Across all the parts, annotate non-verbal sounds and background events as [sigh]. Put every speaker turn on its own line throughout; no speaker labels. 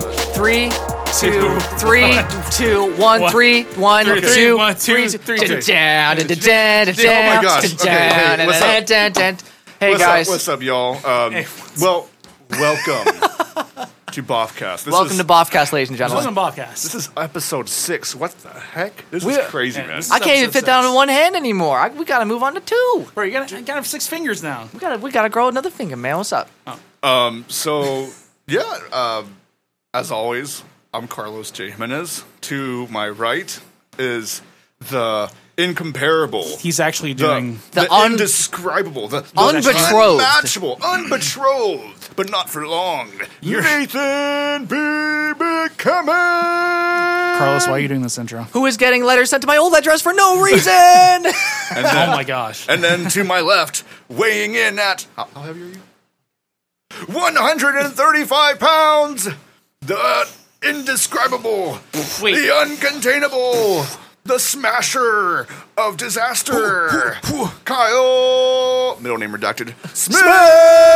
three, two, three, two, one, three, one,
Three,
two,
three, one,
three,
two, three,
da-
two.
da- da- da- da- da-
Oh my gosh.
da-
Okay, hey,
da-
what's
da-
up?
da- da- da- Hey
what's
guys,
Up, what's up, y'all? Um, well, welcome [laughs] to Boffcast. This
welcome
is,
to Boffcast, ladies and gentlemen.
Welcome to Bobcast.
This is episode six. What the heck? This
We're-
is crazy,
Yeah,
man.
this is-
I can't even
episode
fit down
six.
on one hand anymore. I, we gotta move on to two.
Bro, you gotta, you gotta have six fingers now.
We gotta, we gotta grow another finger, man. What's up?
Um, so yeah, um, as always, I'm Carlos J. Jimenez. To my right is the incomparable.
He's actually
the,
doing.
the,
The un-
indescribable, the
Unbetrothed.
unmatchable, unbetrothed, but not for long. Nathan B. Beckham.
Carlos, why are you doing this intro?
Who is getting letters sent to my old address for no reason?
And then,
[laughs] Oh my gosh.
and then to my left, weighing in at how, how heavy are you? 135 pounds. The indescribable,
Wait.
the uncontainable, the smasher of disaster. Kyle, middle name redacted. Smith.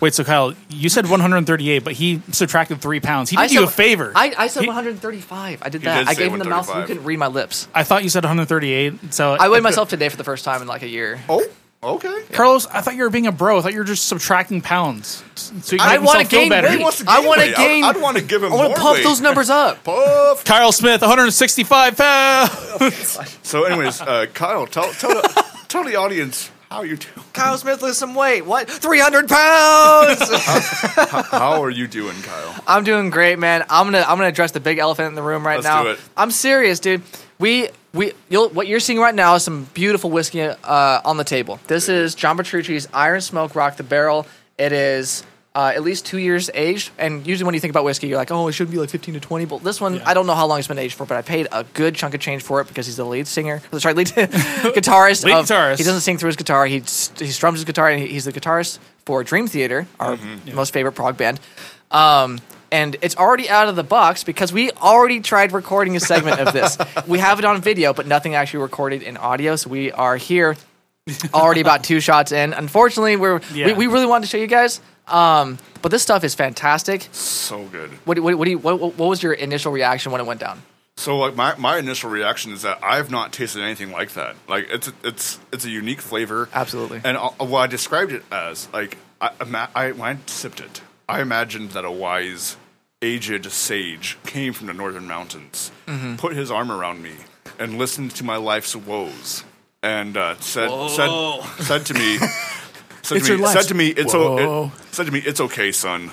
Wait, so Kyle, you said 138, but he subtracted three pounds. He did
I
you
said-
a favor.
I, I said
He-
135. I did that.
did
I
say
gave him the mouse. You
135.
couldn't read my lips.
I thought you said 138. So
I weighed myself today for the first time in like a year.
Oh, okay.
Carlos, I thought you were being a bro. I thought you were just subtracting pounds. So you
I
want to
wanna gain
better.
weight.
He wants to
I
gain
wanna
weight.
gain-
I'd, I'd want to give him
I
more
want to pump
weight.
those numbers up.
Puff.
Kyle Smith, 165 pounds.
So, anyways, uh, Kyle, tell tell the, tell the audience how you do.
Kyle Smith lose some weight. What? 300 pounds.
How are you doing, Kyle?
I'm doing great, man. I'm gonna I'm gonna address the big elephant in the room right
Let's
now.
do it.
I'm serious, dude. We we you'll, what you're seeing right now is some beautiful whiskey uh, on the table. This is John Petrucci's Iron Smoke Rock the Barrel. It is. Uh, at least two years aged, and usually when you think about whiskey, you're like, "Oh, it should be like 15 to 20." But this one, I don't know how long it's been aged for, but I paid a good chunk of change for it because he's the lead singer, [laughs] sorry,
[laughs]
lead guitarist.
Lead
of-
guitarist.
He doesn't sing through his guitar. He st- he strums his guitar, and he, he's the guitarist for Dream Theater, our
Mm-hmm.
most favorite prog band. Um, and it's already out of the box because we already tried recording a segment of this. we have it on video, but nothing actually recorded in audio. So we are here, already about two shots in. Unfortunately, we're
Yeah.
we, we really wanted to show you guys. Um, but this stuff is fantastic.
So good.
What do- what what, do you, what what what was your initial reaction when it went down?
So, like my, my initial reaction is that I've not tasted anything like that. Like it's it's it's a unique flavor.
Absolutely.
And uh, what I described it as, like I, ima- I when I sipped it, I imagined that a wise, aged sage came from the northern mountains,
Mm-hmm.
put his arm around me, and listened to my life's woes, and uh, said said said to
[laughs]
me. Said
It's
to
your
me,
life's-
said to me, it's o-
Whoa.
it, said to me, it's okay, son.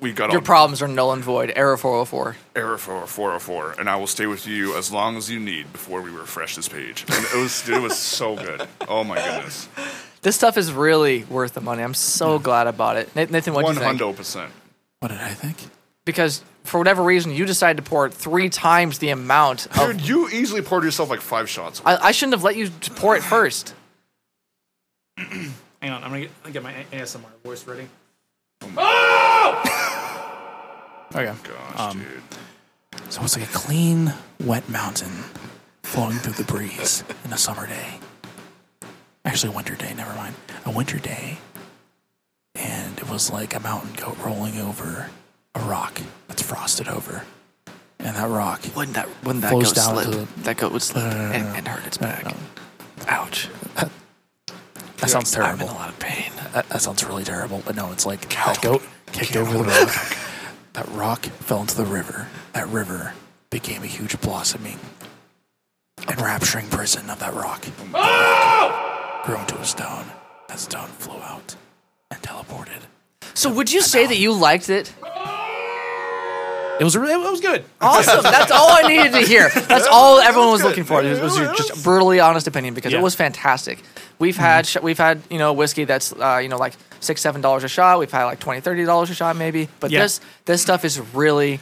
We got
Your
all
problems are null and void. Error 404.
error for 404 and i will stay with you as long as you need before we refresh this page and it was it was so good oh my goodness
This stuff is really worth the money. I'm so glad about it. Na- Nathan, what do you think?
100%
What did I think?
Because for whatever reason, you decided to pour it three times the amount. Of,
dude you easily poured yourself like five shots
I, I shouldn't have let you pour it first.
Hang on, I'm going to get my ASMR voice ready. Oh! Okay.
gosh
Um,
dude
So it's like a clean, wet mountain flowing through the breeze in a summer day. Actually, a winter day, never mind. A winter day. And it was like a mountain goat rolling over a rock that's frosted over. And that rock.
Wouldn't that, wouldn't that
Flows down to the- Uh,
that goat would slip
and- and
hurt its
Ouch. That, sounds
I'm in
terrible.
a lot of pain.
That, that sounds really terrible, but no, it's like that goat kicked over
[laughs]
the rock. That rock fell into the river. That river became a huge blossoming, enrapturing prison of that rock.
Ah!
Grew into a stone. That stone flew out and teleported.
So, would you say that you liked it?
It was, really, it was good.
Awesome. That's all I needed to hear. That's all everyone was
good.
looking for. It was your just brutally honest opinion because it
Yeah.
was fantastic. We've had sh- we've had you know whiskey that's uh, you know like six seven dollars a shot. We've had like 20 30 dollars a shot maybe. But
Yeah.
this this stuff is really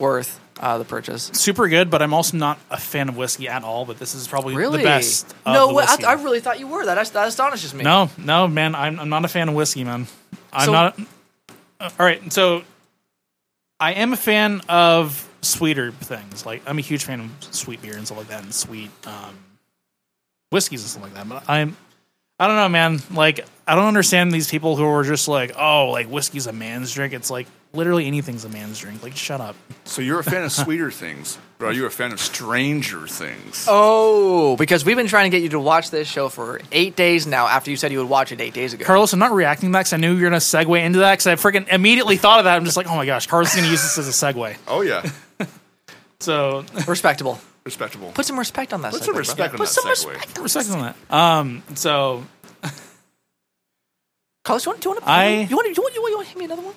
worth uh, the purchase.
Super good, but I'm also not a fan of whiskey at all, but this is probably
Really?
the best. Of
no,
the
way. I,
whiskey.
I really thought you were. That as- that astonishes me.
No, no, man, I'm, I'm not a fan of whiskey, man. I'm
So-
not. uh, all right, so I am a fan of sweeter things. Like I'm a huge fan of sweet beer and stuff like that, and sweet um, whiskeys and stuff like that. But I'm, I don't know, man. Like I don't understand these people who are just like, oh, like whiskey's a man's drink. It's like Literally anything's a man's drink. Like, shut up.
So you're a fan of sweeter things, but are you a fan of stranger things?
Oh, because we've been trying to get you to watch this show for eight days now. After you said you would watch it eight days ago.
Carlos, I'm not reacting to that because I knew you were going to segue into that because I freaking immediately thought of that. I'm just like, oh my gosh, Carlos is going to use this as a segue.
Oh yeah,
So,
Respectable.
respectable.
Put some respect on that.
Put
segue,
some
bro.
respect on
put
that
some
segue.
respect, put respect on that. Um, so,
Carlos, you want, do you want to?
I-
You want to? You want, you want, you want to hit me another one?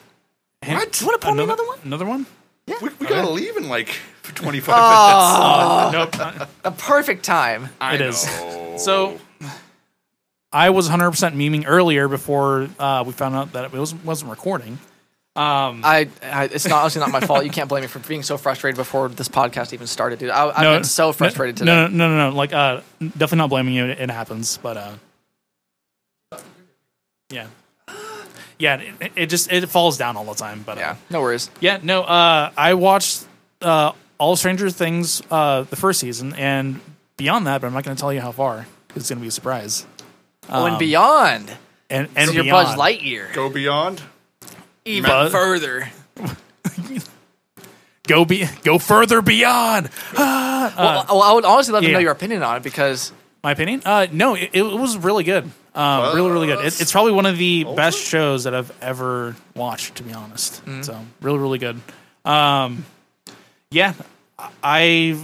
What?
You want to pull me another one?
Another one?
We, we gotta leave in like
[laughs] Uh,
25
Nope. not-
A perfect time.
minutes.
it
I
is.
know.
So I was 100% memeing earlier before uh, we found out that it was, wasn't recording.
Um, I, I it's not honestly not my fault. You can't blame me for being so frustrated before this podcast even started, dude. I, I've been so frustrated
no,
today.
No, no, no, no. Like, uh, definitely not blaming you. It happens, but uh, yeah, yeah. It, it just it falls down all the time. But uh,
Yeah,
yeah,
no worries.
yeah. No, uh, I watched uh, All Stranger Things uh, the first season and beyond that, but I'm not going to tell you how far. It's going to be a surprise.
oh, and beyond.
And and
So your
beyond.
Buzz Lightyear.
go beyond.
um, even
Buzz-
further.
go be go further beyond.
well, I- well, I would honestly love to know
yeah.
your opinion on it because
My opinion? Uh, no, it, it was really good. Um, really, really good. It, it's probably one of the best shows that I've ever watched, to be honest.
Mm-hmm.
So, really, really good. Um, yeah, I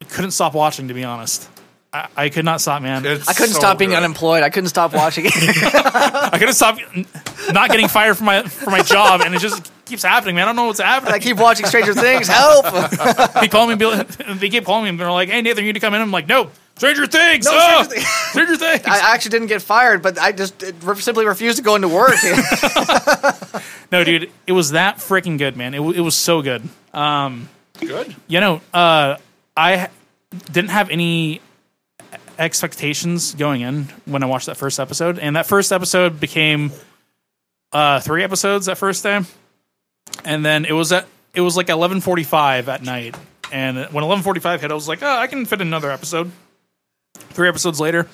I couldn't stop watching, to be honest. I, I could not stop, man.
It's
I couldn't
so
stop being
good.
unemployed. I couldn't stop watching it.
I couldn't stop n- not getting fired from my from my job, and it just keeps happening, man. I don't know what's
I
happening.
keep watching Stranger Things. Help! No,
They call me, and be like- they keep calling me, and they're like, "Hey, Nathan, you need to come in." I'm like, "No, Stranger Things, no,
Stranger Things."
Stranger Things."
[laughs] I actually didn't get fired, but I just it, re- simply refused to go into work.
no, dude, it was that freaking good, man. It, w- it was so good.
Good.
you know, uh, I ha- didn't have any expectations going in when I watched that first episode, and that first episode became uh, three episodes that first day, and then it was at it was like eleven forty five at night, and when eleven forty five hit, I was like, oh, I can fit another episode. Three episodes later,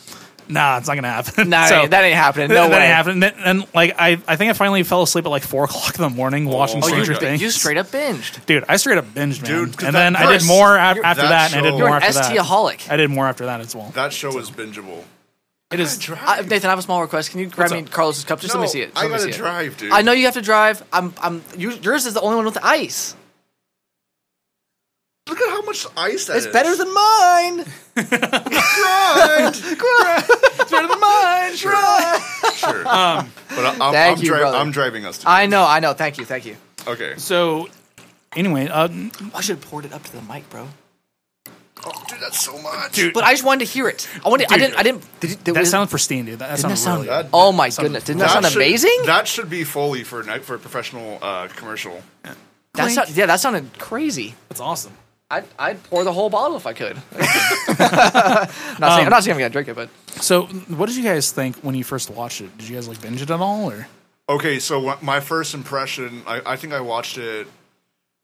nah, it's not gonna
[laughs]
happen.
nah,
[laughs] So-
that ain't happening. No
that
way.
happened. And, and, like I, I think I finally fell asleep at like four o'clock in the morning watching
my
Stranger
God.
Things.
Oh. You straight up binged.
Dude, I straight up binged, man.
Dude, 'cause
and
that
then I did
verse-
more af- after
that
that, and I
show-
did
You're
more
an
after that.
STaholic.
I did more after that as well.
That show is bingeable.
It is.
I, Nathan, I have a small request. Can you grab me
up?
Carlos's cup? Just
No,
let me see it. Just
I
let me
gotta
see it.
drive, dude.
I know you have to drive. I'm. I'm. You, yours is the only one with ice.
Look at how much ice that
It's better than mine. [laughs]
grind.
It's better than mine. Drive.
[laughs]
sure. Um, but I, I'm,
Thank
I'm,
you,
dri-
brother.
I'm driving us. To-
[laughs] I know. I know. Thank you. Thank you.
okay.
So, anyway, uh,
I should have poured it up to the mic, bro.
Oh, dude, that's so much.
dude,
But I just wanted to hear it. I wanted. I
Dude.
didn't. I didn't. Did, it-
that
was-
sounded pristine, dude. That, that
Didn't
sounded
that sound?
really.
good.
oh my goodness! Didn't that, sound
should-
amazing?
That should be Foley for a night for a professional uh, commercial.
That
Clink.
sound, yeah, that sounded crazy.
That's awesome.
I'd, I'd pour the whole bottle if I could. [laughs] not saying, I'm not saying I'm gonna drink it, but
So, what did you guys think when you first watched it? Did you guys like binge it at all, or
Okay, so wh- my first impression, I, I think I watched it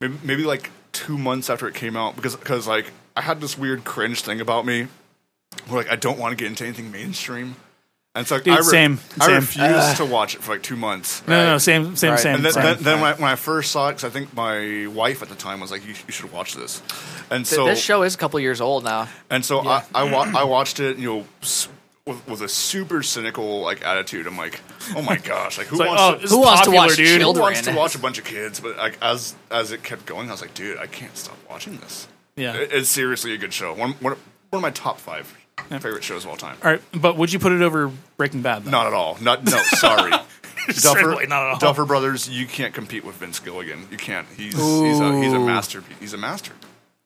maybe, maybe like two months after it came out because because like I had this weird cringe thing about me where like I don't want to get into anything mainstream, and so like,
Dude,
I, re-
same,
I
same.
refused to watch it for like two months.
no, no, no, same, same,
Right.
same.
And then,
same.
then, then when, I, when I first saw it, because I think my wife at the time was like, "You, sh- you should watch this," and
th-
so
this show is a couple years old now.
and so I I, wa- I watched it, you know, s- with, with a super cynical like attitude. I'm like, "Oh my gosh! Like who
It's like,
wants
oh,
to,
this
Who
is
wants to
popular,
watch
dude.
Shield?
who wants
Children.
to watch a bunch of kids? But like as as it kept going, I was like, dude, I can't stop watching this.
Yeah.
It- it's seriously a good show. One one, one of my top five favorite shows of all time.
All right, but would you put it over Breaking Bad? Though?
Not at all. Not no.
[laughs]
Sorry.
Certainly not at all.
Duffer Brothers, you can't compete with Vince Gilligan. You can't. He's he's a, he's a master. He's a master.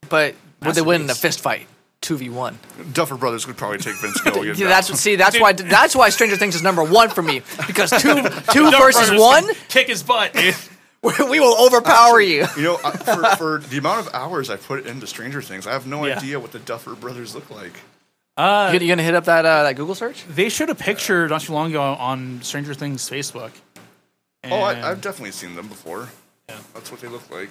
But would they win in a
Masterpiece.
fist fight? Two v one.
Duffer Brothers would probably take Vince Gilligan.
Yeah, that's
down.
what. See, that's why. That's why Stranger Things is number one for me because two, two versus
Brothers
one,
can Kick his butt, dude.
[laughs]
[laughs]
we will overpower you.
you know, I- for, for the amount of hours I put into Stranger Things, I have no
Yeah.
idea what the Duffer Brothers look like.
You gonna, you gonna hit up that uh, that Google search?
They showed a picture not too long ago on Stranger Things Facebook.
Oh,
and-
I, I've definitely seen them before.
Yeah.
That's what they look like.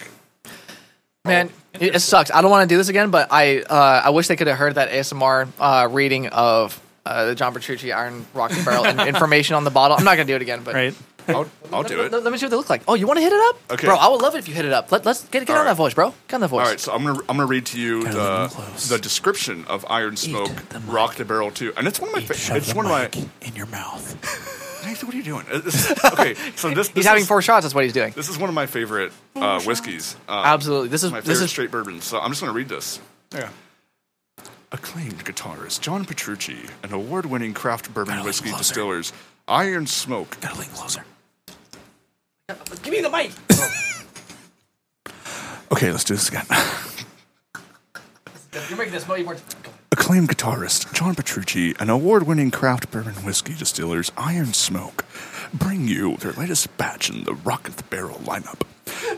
Man, it, it sucks. I don't want to do this again, but I uh, I wish they could have heard that ASMR uh, reading of uh, the John Petrucci Iron Rock and Barrel and information on the bottle. I'm not gonna do it again, but
right?
I'll, I'll do
[laughs]
it.
Let, let me see what they look like. Oh, you want to hit it up?
Okay.
Bro, I would love it if you hit it up. Let, let's get, get on
All right.
that voice, bro. Get on that voice.
All right, so I'm gonna I'm gonna read to you
Gotta
the
leave them close.
the description of Iron Smoke,
the mic.
Rock the Barrel Two, and it's one of my fa-
Shove
it's
the
one of my. [laughs]
mic in your mouth.
Nathan, what are you doing? [laughs] This- okay, so this, this
He's having
is,
four shots. That's what he's doing.
This is one of my favorite uh, whiskeys. Um,
Absolutely. This is
my
this
favorite
is
straight bourbon. So I'm just going to read this.
Yeah.
Acclaimed guitarist John Petrucci and award-winning craft bourbon
Gotta lean
whiskey
closer.
distillers Iron Smoke.
Gotta lean closer.
Give me the mic.
Okay, let's do this again. [laughs]
You're making this money more.
Acclaimed guitarist John Petrucci and award-winning craft bourbon whiskey distillers Iron Smoke bring you their latest batch in the Rock of the Barrel lineup.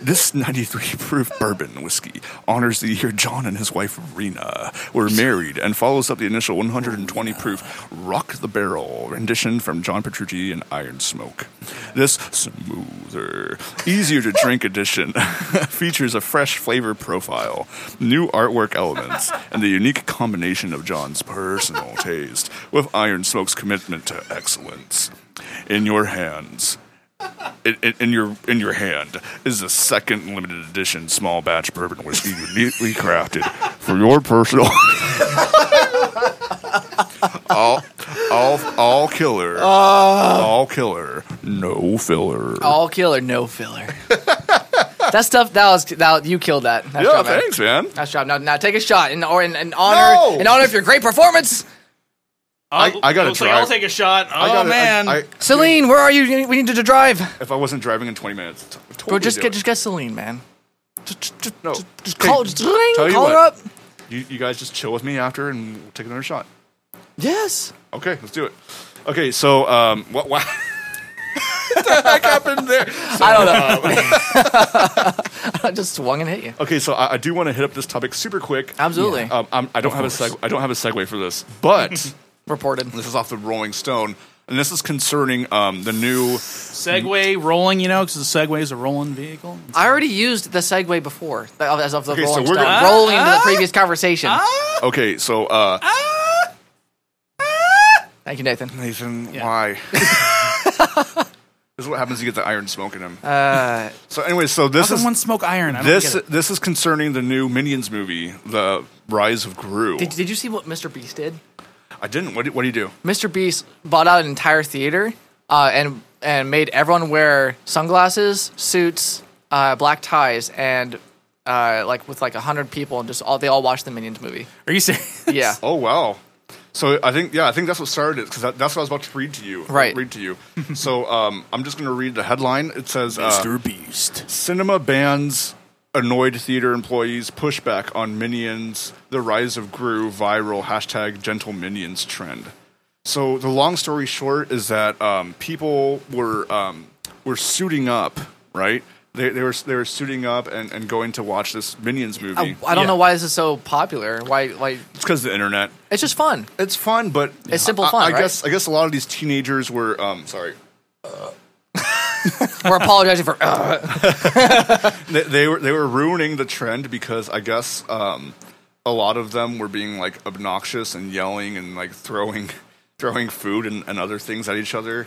This 93 proof bourbon whiskey honors the year John and his wife Rena were married and follows up the initial 120 proof Rock the Barrel rendition from John Petrucci and Iron Smoke. This smoother, easier to drink edition [laughs] features a fresh flavor profile, new artwork elements, and the unique combination of John's personal taste with Iron Smoke's commitment to excellence. In your hands, in, in, in your in your hand is the second limited edition small batch bourbon whiskey uniquely crafted for your personal. [laughs] all, all, all killer,
Ah.
all killer, no filler.
All killer,
[laughs]
no filler. that stuff. That was that. You killed that. Nice
yeah,
job, man.
thanks, man.
Nice job. Now, now take a shot in or in, in honor
No!
in honor of your great performance.
I- I gotta
looks
try.
Like I'll take a shot. Oh
I gotta- I-
man.
I-
Celine, where are you? We need to drive.
if I wasn't driving in 20 minutes, t- totally
Bro, just
do
get
it.
just get Celine, man.
Just- just- just- no.
Just call,
Hey,
just ring,
tell you
call her
what.
up.
You, you guys just chill with me after, and we'll take another shot.
Yes.
Okay, let's do it. Okay, so um, what? What, [laughs] what the heck happened there?
I don't know.
[laughs]
[laughs] I just swung and hit you.
Okay, so I, I do want to hit up this topic super quick.
Absolutely.
Um, I'm, I don't have a seg- I don't have a segue for this, but [laughs] this
Reported.
is off the Rolling Stone, and this is concerning um, the new.
Segway rolling, you know, because the Segway is a rolling vehicle.
I already used the segue before, th- as of the
Okay, so
Rolling
we're
Stone,
gonna- Ah!
rolling into the previous conversation.
Okay, so uh,
Thank you, Nathan.
Nathan, why? [laughs] this is what happens. You get the iron smoke in him.
Uh,
so anyway, so this
Doesn't
is
one smoke iron? I don't
this
get it.
this is concerning the new Minions movie, The Rise of Gru.
Did, did you see what Mr. Beast did?
I didn't. What did, what do you do?
Mr. Beast bought out an entire theater uh, and and made everyone wear sunglasses, suits, uh, black ties, and uh, like with like hundred people, and just all they all watched the Minions movie.
Are you serious?
[laughs] Yeah,
Oh wow. So I think yeah, I think that's what started it because that, that's what I was about to read to you.
Right.
Read to you. [laughs] so um, I'm just going to read the headline. It says uh,
Mr. Beast.
cinema bans annoyed theater employees pushback on minions the rise of gru viral hashtag gentle minions trend so the long story short is that um, people were um, were suiting up right they, they were they were suiting up and, and going to watch this minions movie
I, I don't
Yeah.
know why this is so popular. Why like
it's because the internet
it's just fun.
it's fun but
It's simple
I-
fun,
i,
right?
guess i guess a lot of these teenagers were um, sorry
We're apologizing for. Uh,
they, they were they were ruining the trend because I guess um, a lot of them were being like obnoxious and yelling and like throwing [laughs] throwing food and, and other things at each other.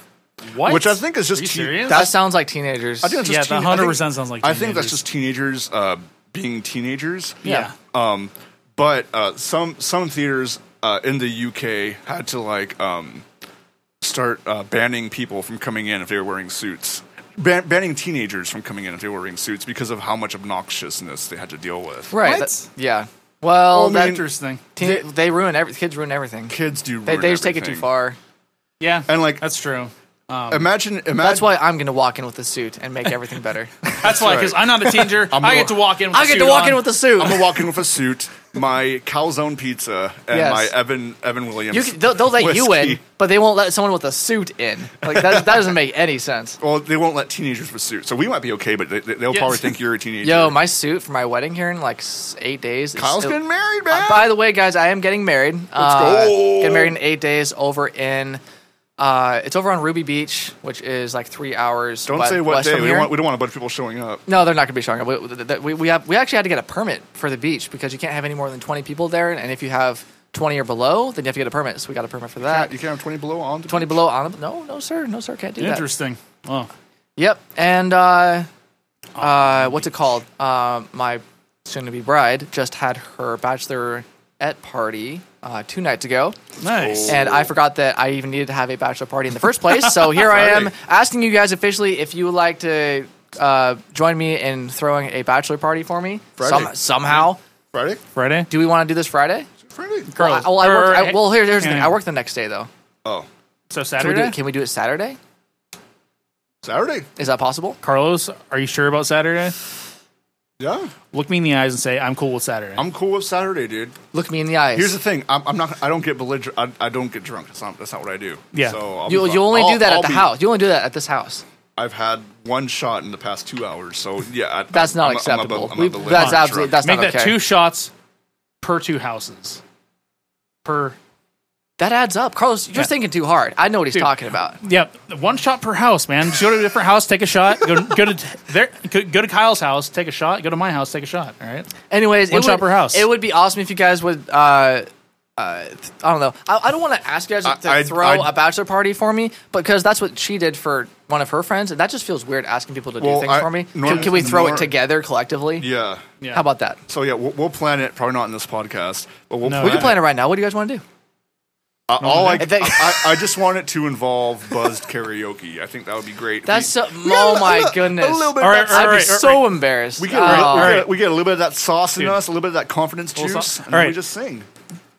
What?
Which I think is just
Are you
te-
serious?
that sounds like teenagers.
I think that's
Yeah,
just
that
teen- I think-
100% sounds like
I think that's
teenagers.
just teenagers uh, being teenagers.
yeah.
Um, but uh, some some theaters uh, in the UK had to like um, start uh, banning people from coming in if they were wearing suits. Ban- banning teenagers from coming in if they were wearing suits because of how much obnoxiousness they had to deal with.
right.
What?
that- yeah. Well,
Well, I
that,
mean-
Interesting.
teen, they, ruin every kids ruin everything.
Kids do.
They,
ruin
they just take it too
everything.
far.
Yeah.
And, like-
that's true.
Imagine, imagine.
That's why I'm gonna walk in with a suit and make
[laughs]
everything better.
That's why, because
right.
I'm
[laughs]
not a teenager. I get to walk in. With
I
a
get
suit
to walk
on.
in with a
[laughs]
suit.
I'm gonna walk in with a suit, my calzone pizza, and
Yes.
my Evan Evan Williams.
You can, they'll, they'll let you in,
whiskey.
but they won't let someone with a suit in. Like that, that doesn't make any sense.
Well, they won't let teenagers with suits, so we might be okay, but they, they- they'll
Yes.
probably think you're a teenager.
Yo, my suit for my wedding here in like s- eight days. is
Kyle's
still-
getting married, man.
Uh, by the way, guys, I am getting married. Let's
go.
Getting married in eight days over in. Uh, it's over on Ruby Beach, which is like three hours.
don't
we-
say what
west
day.
from
We
here.
don't, want, we don't want a bunch of people showing up.
No, they're not going to be showing up. We, th- we, we, have, we actually had to get a permit for the beach because you can't have any more than 20 people there. And if you have 20 or below, then you have to get a permit. So we got a permit for that.
You can't have 20 below on. The
20 below on the. No, no, sir. No, sir. Can't do that.
Interesting. Oh,
Yep. And uh, uh, what's it called? Uh, my soon-to-be bride just had her bachelorette party uh, two nights ago.
Nice.
And I forgot that I even needed to have a bachelor party in the first place. So here I am
Right.
asking you guys officially if you would like to uh, join me in throwing a bachelor party for me
Friday.
somehow.
Friday?
Friday.
Do we want to do this Friday?
Friday?
Well, I, well, I
Or-
work, I, well here, here's the thing.
Yeah.
I work the next day though.
Oh,
So
Can we,
Saturday.
do it, can we do it Saturday?
Saturday?
Is that possible?
Carlos, are you sure about Saturday?
Yeah.
Look me in the eyes and say I'm cool with Saturday.
I'm cool with Saturday, dude.
Look me in the eyes.
Here's the thing. I'm, I'm not. I don't get belligerent. I, I don't get drunk. That's not. That's not what I do.
Yeah.
So I'll be
you,
fine.
you only
I'll-
do that
I'll
at the
be-
house. You only do that at this house.
I've had one shot in the past two hours. So yeah. I, I'm
That's not
a- I'm a-
acceptable.
I'm a
We-
belligerent
that's
drunk.
absolutely that's
Make
not
that
okay.
two shots per two houses. Per
that adds up, Carlos. You're
Yeah.
thinking too hard. I know what he's talking about.
yeah, one shot per house, man. Just go to a different house, take a shot. Go, go to there, go, go to Kyle's house, take a shot. Go to my house, take a shot. All right.
Anyways,
One
it
shot
would,
per house.
It would be awesome if you guys would. Uh, uh, th- I don't know. I, I don't want to ask you guys
I-
to
I'd-
throw
I'd-
a bachelor party for me because that's what she did for one of her friends, and that just feels weird asking people to do
Well,
things
I-
for me. Can-
nor-
can, we throw
nor-
it together collectively?
Yeah.
Yeah.
How about that?
So yeah, we'll, we'll plan it. Probably not in this podcast, but we'll
No,
We can
Alright.
plan it right now. What do you guys want to do?
Uh,
[laughs]
all I,
If that-
I, I just want it to involve buzzed karaoke. I think that would be great.
That's
we,
so, oh
a
my
little- a
goodness!
little bit
All right,
I'd
all
be
right, all
so
right.
embarrassed.
we get,
Oh,
we,
right.
get, we get a little bit of that sauce in
Dude.
us, a little bit of that confidence
Little
juice,
sauce.
and
All
then we
right.
just sing.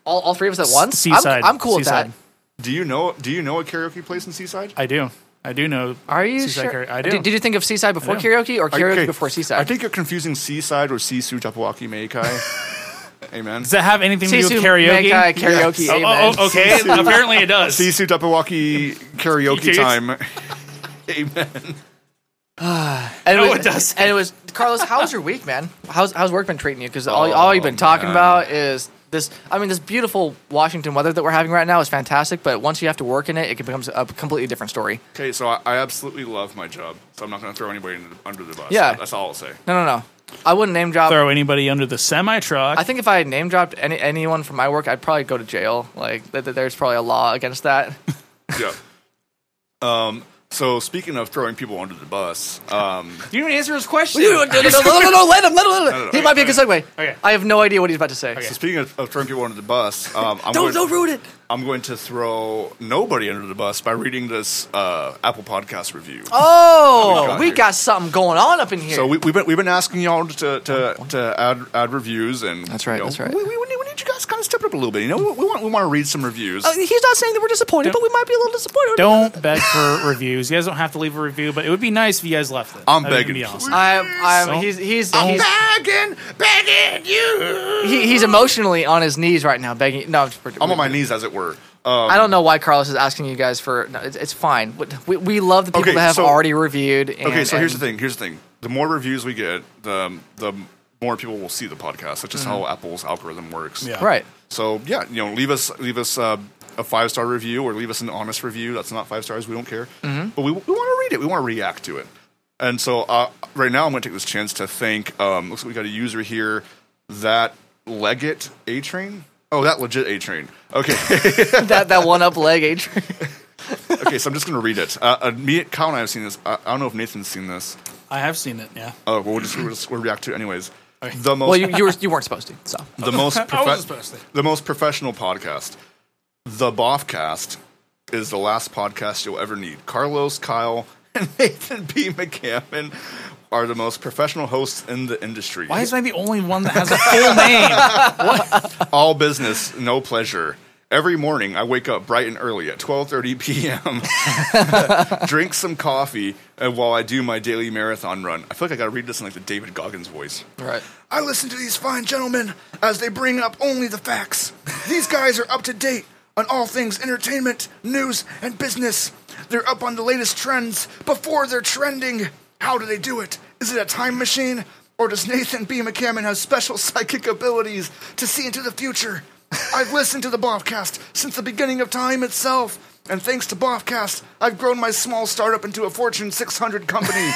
all, all three of us at once. I'm-
Seaside.
I'm, cool
Seaside.
with that.
Do you know? Do you know a karaoke place in Seaside?
I do. I do know.
Are you
Seaside
sure?
Karaoke. I do.
Did, did you think of seaside before
do.
karaoke or karaoke
Okay.
before seaside?
I think you're confusing Seaside with Sisu Tapawaki [laughs] Meikai. Amen.
Does that have anything to do
Sisu
with karaoke?
Mekai karaoke.
Yes.
Oh,
Amen.
oh, oh, okay. [laughs] Apparently it does.
Sisu Tapawaki karaoke
Jeez.
time. [laughs] Amen.
And
No,
was,
it doesn't.
And it was Carlos. How's your week, man? How's how's work been treating you? Because all, all
Oh,
you've been talking
man.
about is this. I mean, this beautiful Washington weather that we're having right now is fantastic. But once you have to work in it, it becomes a completely different story.
Okay, so I, I absolutely love my job, so I'm not going to throw anybody in- under the bus.
Yeah.
that's all I'll say.
No, no, no. I wouldn't name drop.
Throw anybody under the semi truck.
I think if I name dropped any anyone from my work, I'd probably go to jail. Like th- th- there's probably a law against that.
Yeah. [laughs] Um. So speaking of throwing people under the bus, um,
You didn't answer his question.
no, no, no, no, no, let him, let him,
No,
let
no,
him.
no.
He might be a good segue.
Okay.
I have no idea what he's about to say.
so speaking of, of throwing people under the bus, um, I'm going,
Don't, don't ruin it.
I'm going to throw nobody under the bus by reading this uh, Apple Podcast review.
Oh,
We got
we
here.
got something going on up in here.
So we, we've been we've been asking y'all to to, to add add reviews and
That's right,
you know,
that's right.
We, we, we need we need you guys to kind of step it up a little bit. You know, we, we want we want to read some reviews.
Uh, he's not saying that we're disappointed, but we might be a little disappointed.
Don't beg for reviews. You guys don't have to leave a review, but it would be nice if you guys left it.
I'm
That'd
begging.
be
[laughs]
awesome.
I'm, I'm,
So-
he's, he's,
I'm
he's,
begging, begging you.
he- he's emotionally on his knees right now, begging. No, I'm, just,
I'm on my knees, as it were. Um,
I don't know why Carlos is asking you guys for. No, it's, it's fine. We, we love the people
Okay,
that have
so-
already reviewed. And,
okay, so here's the
and-
thing. Here's the thing. The more reviews we get, the the more people will see the podcast. That's just
Mm-hmm.
how Apple's algorithm works.
Yeah.
Right.
So yeah, you know, leave us leave us uh, a five star review or leave us an honest review. That's not five stars. We don't care.
Mm-hmm.
But we, we want to read it. We want to react to it. And so uh, right now, I'm going to take this chance to thank. Um, looks like we got a user here that Leggett A Train. Oh, that legit A Train. Okay. [laughs]
that that one up leg, Adrian.
okay. So I'm just going to read it. Uh, uh, me, Kyle, and I have seen this. I, I don't know if Nathan's seen this.
I have seen it. Yeah.
Oh, well, we'll just, we'll just we'll react to it anyways. The most,
[laughs] well, you, you, were, you weren't supposed to. So
the most,
I was
profe-
supposed to.
the most professional podcast. The Boffcast is the last podcast you'll ever need. Carlos, Kyle, [laughs] and Nathan P. McCammon are the most professional hosts in the industry.
Why is I the only one that has a full name?
All business, no pleasure. Every morning, I wake up bright and early at 12:30 p.m. [laughs] drink some coffee, and while I do my daily marathon run, I feel like I got to read this in like the David Goggins voice.
right.
I listen to these fine gentlemen as they bring up only the facts. These guys are up to date on all things entertainment, news, and business. They're up on the latest trends before they're trending. How do they do it? Is it a time machine? Or does Nathan B. McCammon have special [laughs] psychic abilities to see into the future? I've listened to the Bobcast since the beginning of time itself, and thanks to Bobcast, I've grown my small startup into a Fortune 600 company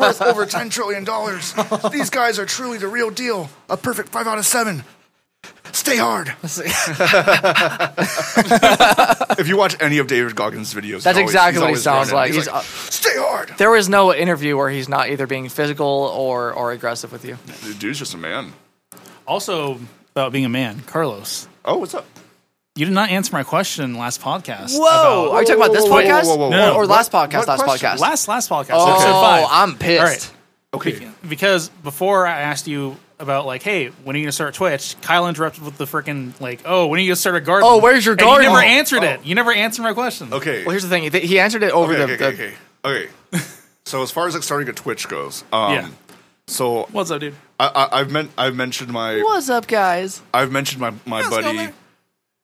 worth over [laughs] $10 trillion. These guys are truly the real deal. A perfect 5 out of 7. Stay hard. [laughs] if you watch any of David Goggins' videos,
That's exactly what he sounds like.
He's,
He's,
like, stay hard.
There is no interview where he's not either being physical or or aggressive with you.
The dude's just a man.
Also, about being a man, Carlos,
Oh, what's up?
you did not answer my question in the last podcast.
Whoa!
about-
Are you talking about this
Whoa, whoa, whoa,
podcast
whoa, whoa,
whoa.
or, or
What-
last podcast?
what
Last
question?
podcast.
last last podcast,
oh,
episode five.
I'm pissed.
All right.
Okay,
because before I asked you about like, hey, when are you gonna start Twitch? Kyle interrupted with the freaking like, oh, when are you gonna start a garden?
Oh, where's your
And
garden?
you never
Oh,
answered it. You never answered my question.
okay.
Well, here's the thing. He- He answered it over
okay,
the.
okay,
the
okay, okay. Okay. So as far as like starting a Twitch
[laughs]
goes, um,
Yeah.
So
What's up, dude?
I, I, I've meant I've mentioned my
What's up, guys?
I've mentioned my my
go,
buddy.
man.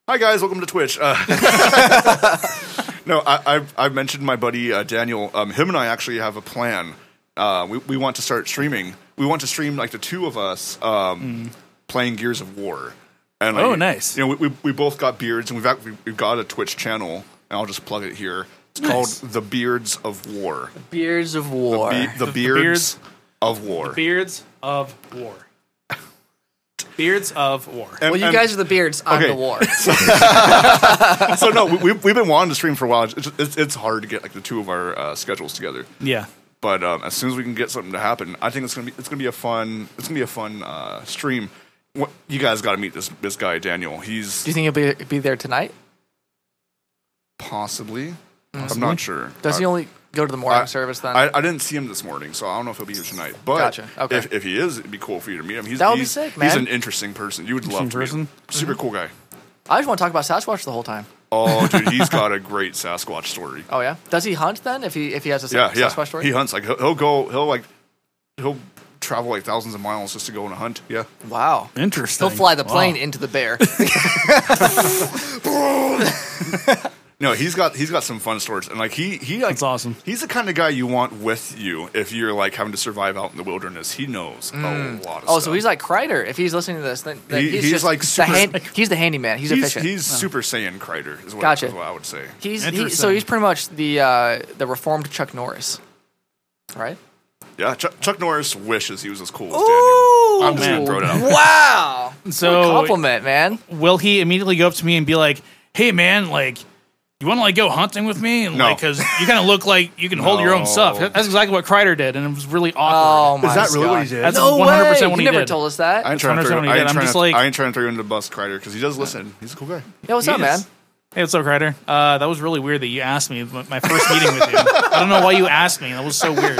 Hi guys, welcome to Twitch. Uh, [laughs] no, I, I've I've mentioned my buddy uh, Daniel. Um, him and I actually have a plan. Uh, we we want to start streaming. We want to stream like the two of us um, playing Gears of War. And like,
Oh, nice.
You know, we, we, we both got beards, and we've act, we, we've got a Twitch channel, and I'll just plug it here. It's
Nice.
called the Beards of War.
Beards of War.
Be- the,
Beards-
beards, of War.
Beards of War. Beards of War.
well, you
and-
guys are the beards. I'm
okay. [laughs]
the war.
so no, we, we've we've been wanting to stream for a while. It's, it's, it's hard to get like the two of our uh, schedules together.
Yeah.
But um, as soon as we can get something to happen, I think it's gonna be it's gonna be a fun it's gonna be a fun uh, stream. What, you guys got to meet this this guy Daniel. He's
Do you think he'll be be there tonight?
possibly. I'm not sure.
Does he
I-
only go to Mm-hmm. the morning
Uh, I-
service then?
I, I didn't see him this morning, so I don't know if he'll be here tonight. But
Gotcha. Okay.
if, if he is, it'd be cool for you to meet him. He's,
That would be
he's-
sick,
He's
man.
an interesting person. Mm-hmm. You would love to meet him.
person?
Super cool guy.
I just want to talk about Sasquatch the whole time.
Oh, dude, he's got a great Sasquatch story.
[laughs] Oh yeah. Does he hunt then? If he if he has a Sa-
yeah, yeah.
Sasquatch story?
He hunts like he'll, he'll go. He'll like he'll travel like thousands of miles just to go and hunt. Yeah.
Wow.
Interesting.
He'll fly the
Wow.
plane into
[laughs]
the bear.
No, he's got he's got some fun stories, and like he he like
That's awesome.
He's the kind of guy you want with you if you're like having to survive out in the wilderness. He knows a lot. of
oh,
stuff.
so he's like Kreider. If he's listening to this, then, then
He-
he's,
he's
just
like
the
super-
hand- he's the handyman. He's,
he's,
efficient.
he's Super Saiyan Kreider is what,
Oh. Gotcha.
is what I would say.
He's he, so
Interesting.
he's pretty much the uh, the reformed Chuck Norris, right?
Yeah, Chuck, Chuck Norris wishes he was as cool as
Ooh,
I'm just gonna throw it out.
Wow, What a
So
compliment, man.
will he immediately go up to me and be like, "Hey, man, like, you want to like go hunting with me?" And
No.
like, because you kind of look like you can hold your own
No.
stuff. That's exactly what Kreider did, and it was really
Oh
awkward.
my
that really what he
God.
did?
That's
No
100%
way.
what
he
he
never
did.
told us
Daniel. I
that.
ain't trying to
100%
throw,
what he
I
did.
ain't
I'm
trying
just
to,
like-
I ain't trying to throw you under the bus, Kreider, because he does listen. He's a cool
[laughs]
guy.
Yeah, what's up,
He
man?
is. Hey, what's up, Ryder? Uh, that was really weird that you asked me my my first meeting with you. I don't know why you asked me. That was so weird.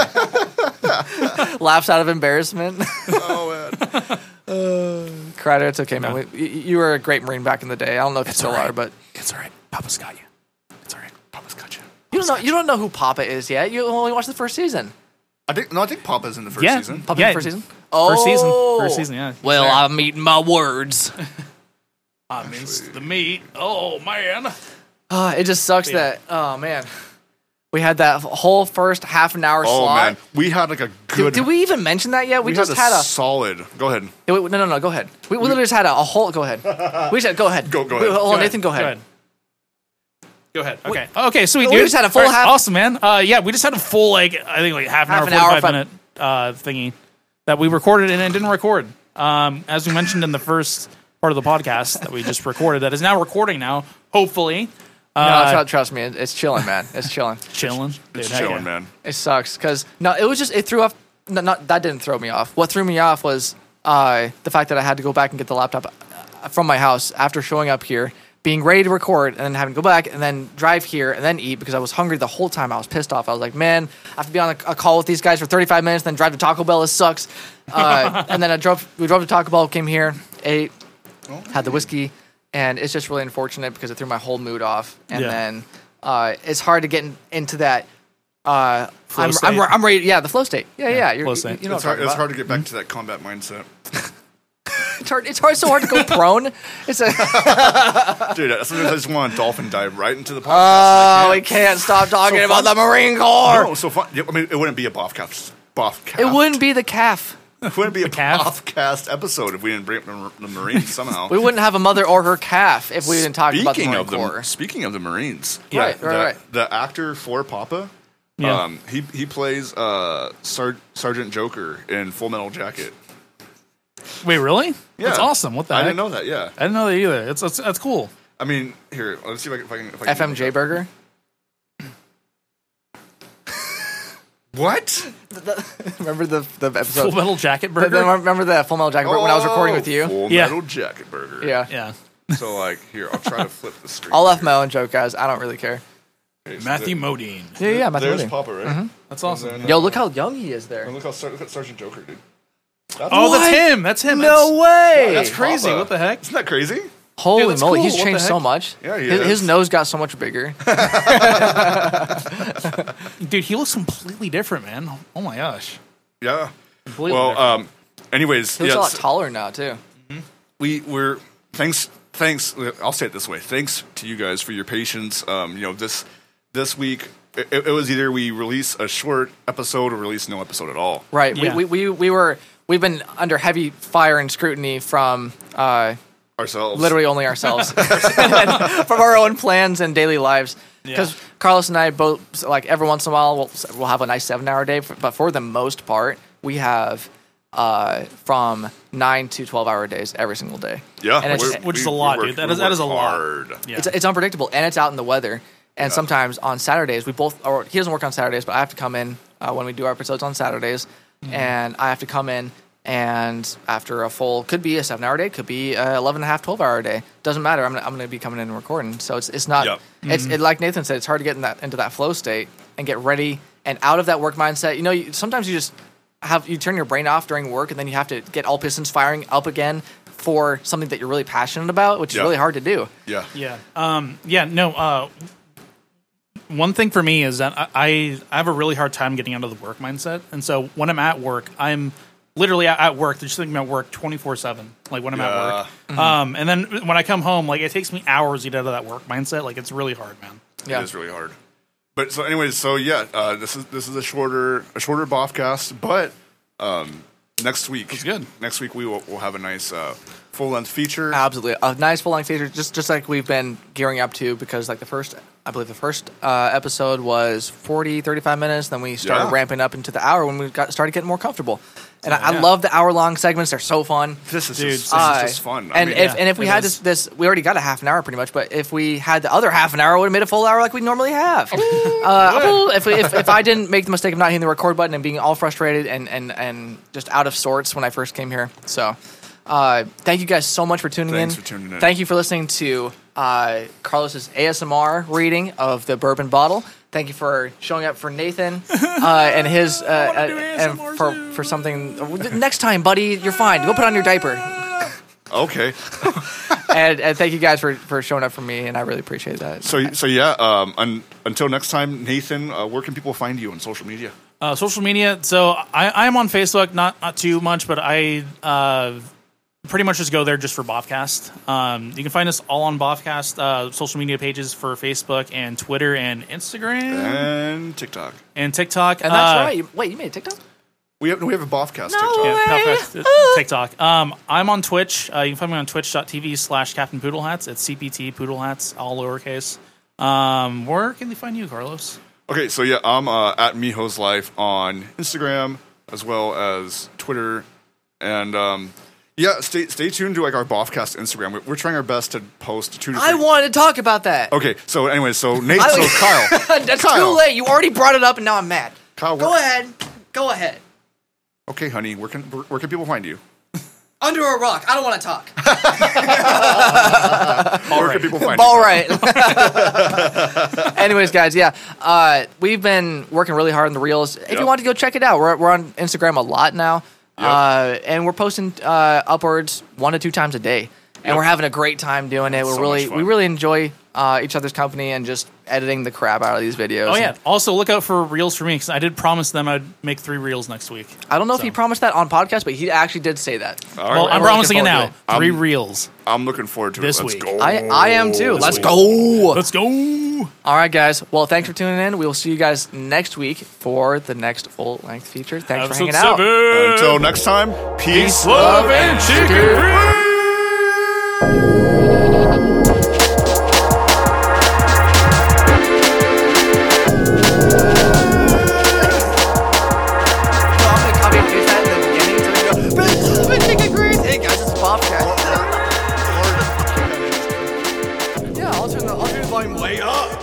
Laughs out of embarrassment.
oh man,
Kreider, it's okay, man. We, you, you were a great Marine back in the day. I don't know if you still
all right.
are, but
It's all right. Papa's got you. It's all right. Papa's got you.
you don't know you don't know who Papa is yet. You only watched the first season.
I think no, I think Papa's in the first
Yeah.
season.
Papa in
Yeah,
the first season.
First season.
Oh.
First season, yeah.
Well, I'm eating my words.
I minced the meat. Oh, man.
Ah, it just sucks that. Oh man, we had that whole first half an hour
Oh
slot.
man, we had like a
Did,
good.
did we even mention that yet? We,
we
just had a,
solid. Go ahead.
Yeah, wait, no, no, no. Go ahead. We, we literally just had a, a whole.
[laughs]
Go ahead. We just had, go ahead.
Go- go ahead.
Wait, hold
Go
on,
ahead.
Nathan. Go ahead.
Go ahead. Okay. Oh, okay. So we,
We just had a full half-
Awesome, man. Uh, yeah, we just had a full like I think like half an
Half
hour,
an hour,
forty-five
five-
minute uh, thingy that we recorded and it didn't record. Um, as we mentioned in the first part of the podcast that we just recorded, that is now recording now. Hopefully,
No,
uh,
tru- trust me, it, it's chilling, man. It's chilling.
chilling. Dude,
It's
heck yeah.
chilling, man.
It sucks because no, it was just it threw off. No, not that didn't throw me off. What threw me off was uh, the fact that I had to go back and get the laptop uh, from my house after showing up here, being ready to record, and then having to go back and then drive here and then eat because I was hungry the whole time. I was pissed off. I was like, man, I have to be on a, a call with these guys for 35 minutes, then drive to Taco Bell. This sucks. Uh, and then I drove. We drove to Taco Bell, came here, ate, had the whiskey, and it's just really unfortunate because it threw my whole mood off. And
Yeah.
then uh, it's hard to get in, into that uh,
Flow
I'm,
state.
I'm, I'm ready. Yeah, the flow state. Yeah, yeah. you're,
flow
you-
state.
You know
it's
what I'm
hard, it's
talking
hard to get back to that combat mindset,
about. It's hard. It's hard. So hard
[laughs]
to go prone. It's a,
dude. Sometimes I just want to dolphin dive right into the podcast.
oh, we can't stop talking
So
about
fun.
the Marine Corps.
No, so fun. yeah, I mean, it wouldn't be a Bofcast. Bofcast.
It wouldn't be the calf.
[laughs] It wouldn't be a
calf.
Bofcast episode if we didn't bring up the, Mar- the Marines somehow.
[laughs] We wouldn't have a mother or her calf if we didn't talk about the
speaking
Marine
of the
Corps.
speaking of the Marines,
Yeah. Right,
the,
right, right.
the actor for Papa,
Yeah.
um, he he plays uh, Sar- Sergeant Joker in Full Metal Jacket.
Wait, really?
Yeah.
That's awesome. What the
I
heck?
didn't know that. Yeah.
I didn't know that either. It's, it's that's cool.
I mean, here, let's see if I can. If I can, if I can
FMJ Burger. [laughs]
What?
remember the the episode?
Full Metal Jacket
But
Burger.
then remember the Full Metal Jacket Burger when I was recording with you?
Oh, Full
Yeah.
metal jacket burger.
Yeah.
yeah.
So like, here, I'll try to flip
[laughs]
the screen.
I'll
here.
left my own joke, guys. I don't really care.
Okay, so
Matthew
there-
Modine.
Yeah, yeah, my
There's
thing.
Papa, right?
That's awesome.
Then,
Yo,
uh,
look how young he is there.
and look how Sar- look at Sergeant Joker, dude. That's
Oh,
What?
that's him. That's him.
No way!
That's, that's crazy.
Papa.
What the heck?
Isn't that crazy?
Holy
Dude, that's
moly,
cool.
he's
What the
changed so
heck?
much.
Yeah, he
his, his
is.
nose got so much bigger.
Dude, he looks completely different, man. Oh my gosh.
Yeah.
Completely
[laughs] Well, um,
different.
anyways,
He looks
yeah,
a lot
so
taller now too.
we we're thanks thanks. I'll say it this way: thanks to you guys for your patience. Um, you know this this week. It, it was either we release a short episode or release no episode at all.
Right.
Yeah.
We, we, we, we were we've been under heavy fire and scrutiny from uh,
Ourselves,
literally only
[laughs]
ourselves [laughs] from our own plans and daily lives. Because
Yeah.
Carlos and I both like every once in a while we'll we'll have a nice seven hour day, but for the most part we have uh, from nine to twelve hour days every single day.
Yeah,
And it's-
we're-
Which is
we-
a lot,
we
dude. That is- that
we
is a
work
lot.
hard.
Yeah.
It's, it's unpredictable, and it's out in the weather. And sometimes on Saturdays, we both, or he doesn't work on Saturdays, but I have to come in uh, when we do our episodes on Saturdays,
Mm-hmm.
and I have to come in and after a full, could be a seven hour day, could be a 11 and a half, 12 hour day. Doesn't matter. I'm, gonna- I'm going to be coming in and recording. So it's, it's not,
Yep. Mm-hmm.
it's it, like Nathan said, it's hard to get in that, into that flow state and get ready and out of that work mindset. You know, you, sometimes you just have, you turn your brain off during work and then you have to get all pistons firing up again for something that you're really passionate about, which is
Yep.
really hard to do.
Yeah,
Yeah. Um, yeah. No. Uh, one thing for me is that I, I I have a really hard time getting out of the work mindset, and so when I'm at work, I'm literally at, at work. Just thinking about work twenty four seven. Like when I'm at work. Um, and then when I come home, like it takes me hours to get out of that work mindset. Like it's really hard, man.
Yeah.
It is really hard. But so, anyways, so yeah, uh, this is this is a shorter a shorter Bofcast, but um, next week
That's good.
Next week we will we'll have a nice uh, full length feature.
Absolutely, a nice full length feature, just just like we've been gearing up to. Because like the first, I believe the first uh, episode was 40, 35 minutes. Then we started
Yeah.
ramping up into the hour when we got started getting more comfortable. And I, I
Yeah.
love the hour long segments; they're so fun.
this is
Dude,
just, this
Uh,
is just fun.
And
I mean,
if
yeah,
and if we
it
had
is.
this, this, we already got a half an hour pretty much. But if we had the other half an hour, would have made a full hour like we normally have. uh, if, we- if if I didn't make the mistake of not hitting the record button and being all frustrated and and and just out of sorts when I first came here, so. Uh, thank you guys so much for tuning
Thanks
in.
for tuning in.
Thank you for listening to uh, Carlos's ASMR reading of the bourbon bottle. Thank you for showing up for Nathan uh, and his uh, uh,
do
and
ASMR
for
soon.
for something. Next time, buddy, you're fine. Go put on your diaper
okay,
and, and thank you guys for, for showing up for me, and I really appreciate that.
so so yeah, um, un, until next time, Nathan, uh, where can people find you on social media?
Uh, social media. So I, I'm on Facebook, not not too much, but I uh, pretty much just go there just for Bobcast. Um, you can find us all on Bobcast uh, social media pages for Facebook and Twitter and Instagram
And TikTok.
and TikTok.
And that's
Uh,
right. You, wait, you made a TikTok?
We have no, we have a Bofcast TikTok.
way.
Yeah, Bobcast, [laughs] TikTok. Um, I'm on Twitch. Uh, you can find me on twitch.tv slash Captain Poodle Hats. It's CPT Poodle Hats, all lowercase. Um, where can they find you, Carlos?
Okay, so yeah, I'm uh, at Miho's Life on Instagram as well as Twitter, and um, yeah, stay stay tuned to like our Bofcast Instagram. We're, we're trying our best to post two. To
I
three-
wanted to talk about that.
Okay, so anyway,
[laughs]
so Nate,
I-
so Kyle,
that's
Oh, Kyle.
too late. You already brought it up, and now I'm mad.
Kyle,
Go
what-
ahead. Go ahead.
Okay, honey, where can where, where can people find you?
Under a rock. I don't want to talk.
where can people find
All
you?
right. [laughs] Anyways, guys, yeah, uh, we've been working really hard on the reels. If you
Yep.
want to go check it out, we're, we're on Instagram a lot now,
Yep.
uh, and we're posting uh, upwards one to two times a day, and
Yep.
we're having a great time doing it. We're
so
really
much fun.
we really enjoy uh, each other's company and just editing the crap out of these videos.
Oh, yeah. Also, look out for reels for me because I did promise them I'd make three reels next week.
I don't know if he
So.
promised that on podcast, but he actually did say that.
All
well,
right,
I'm
we're
promising it
looking
now.
forward
Three
I'm-
reels.
I'm looking forward to it.
This
Let's
week.
go.
I, I am too. Let's
week.
go.
Let's go.
All right, guys. Well, thanks for tuning in. We will see you guys next week for the next full length feature. Thanks for hanging out.
Until next time, peace,
love, and chicken
So I'm gonna copy and paste that in the beginning so we go, "Bitch, bitch, chicken grease." Okay.
Or- or-
Yeah, I'll turn the I'll turn the volume way up.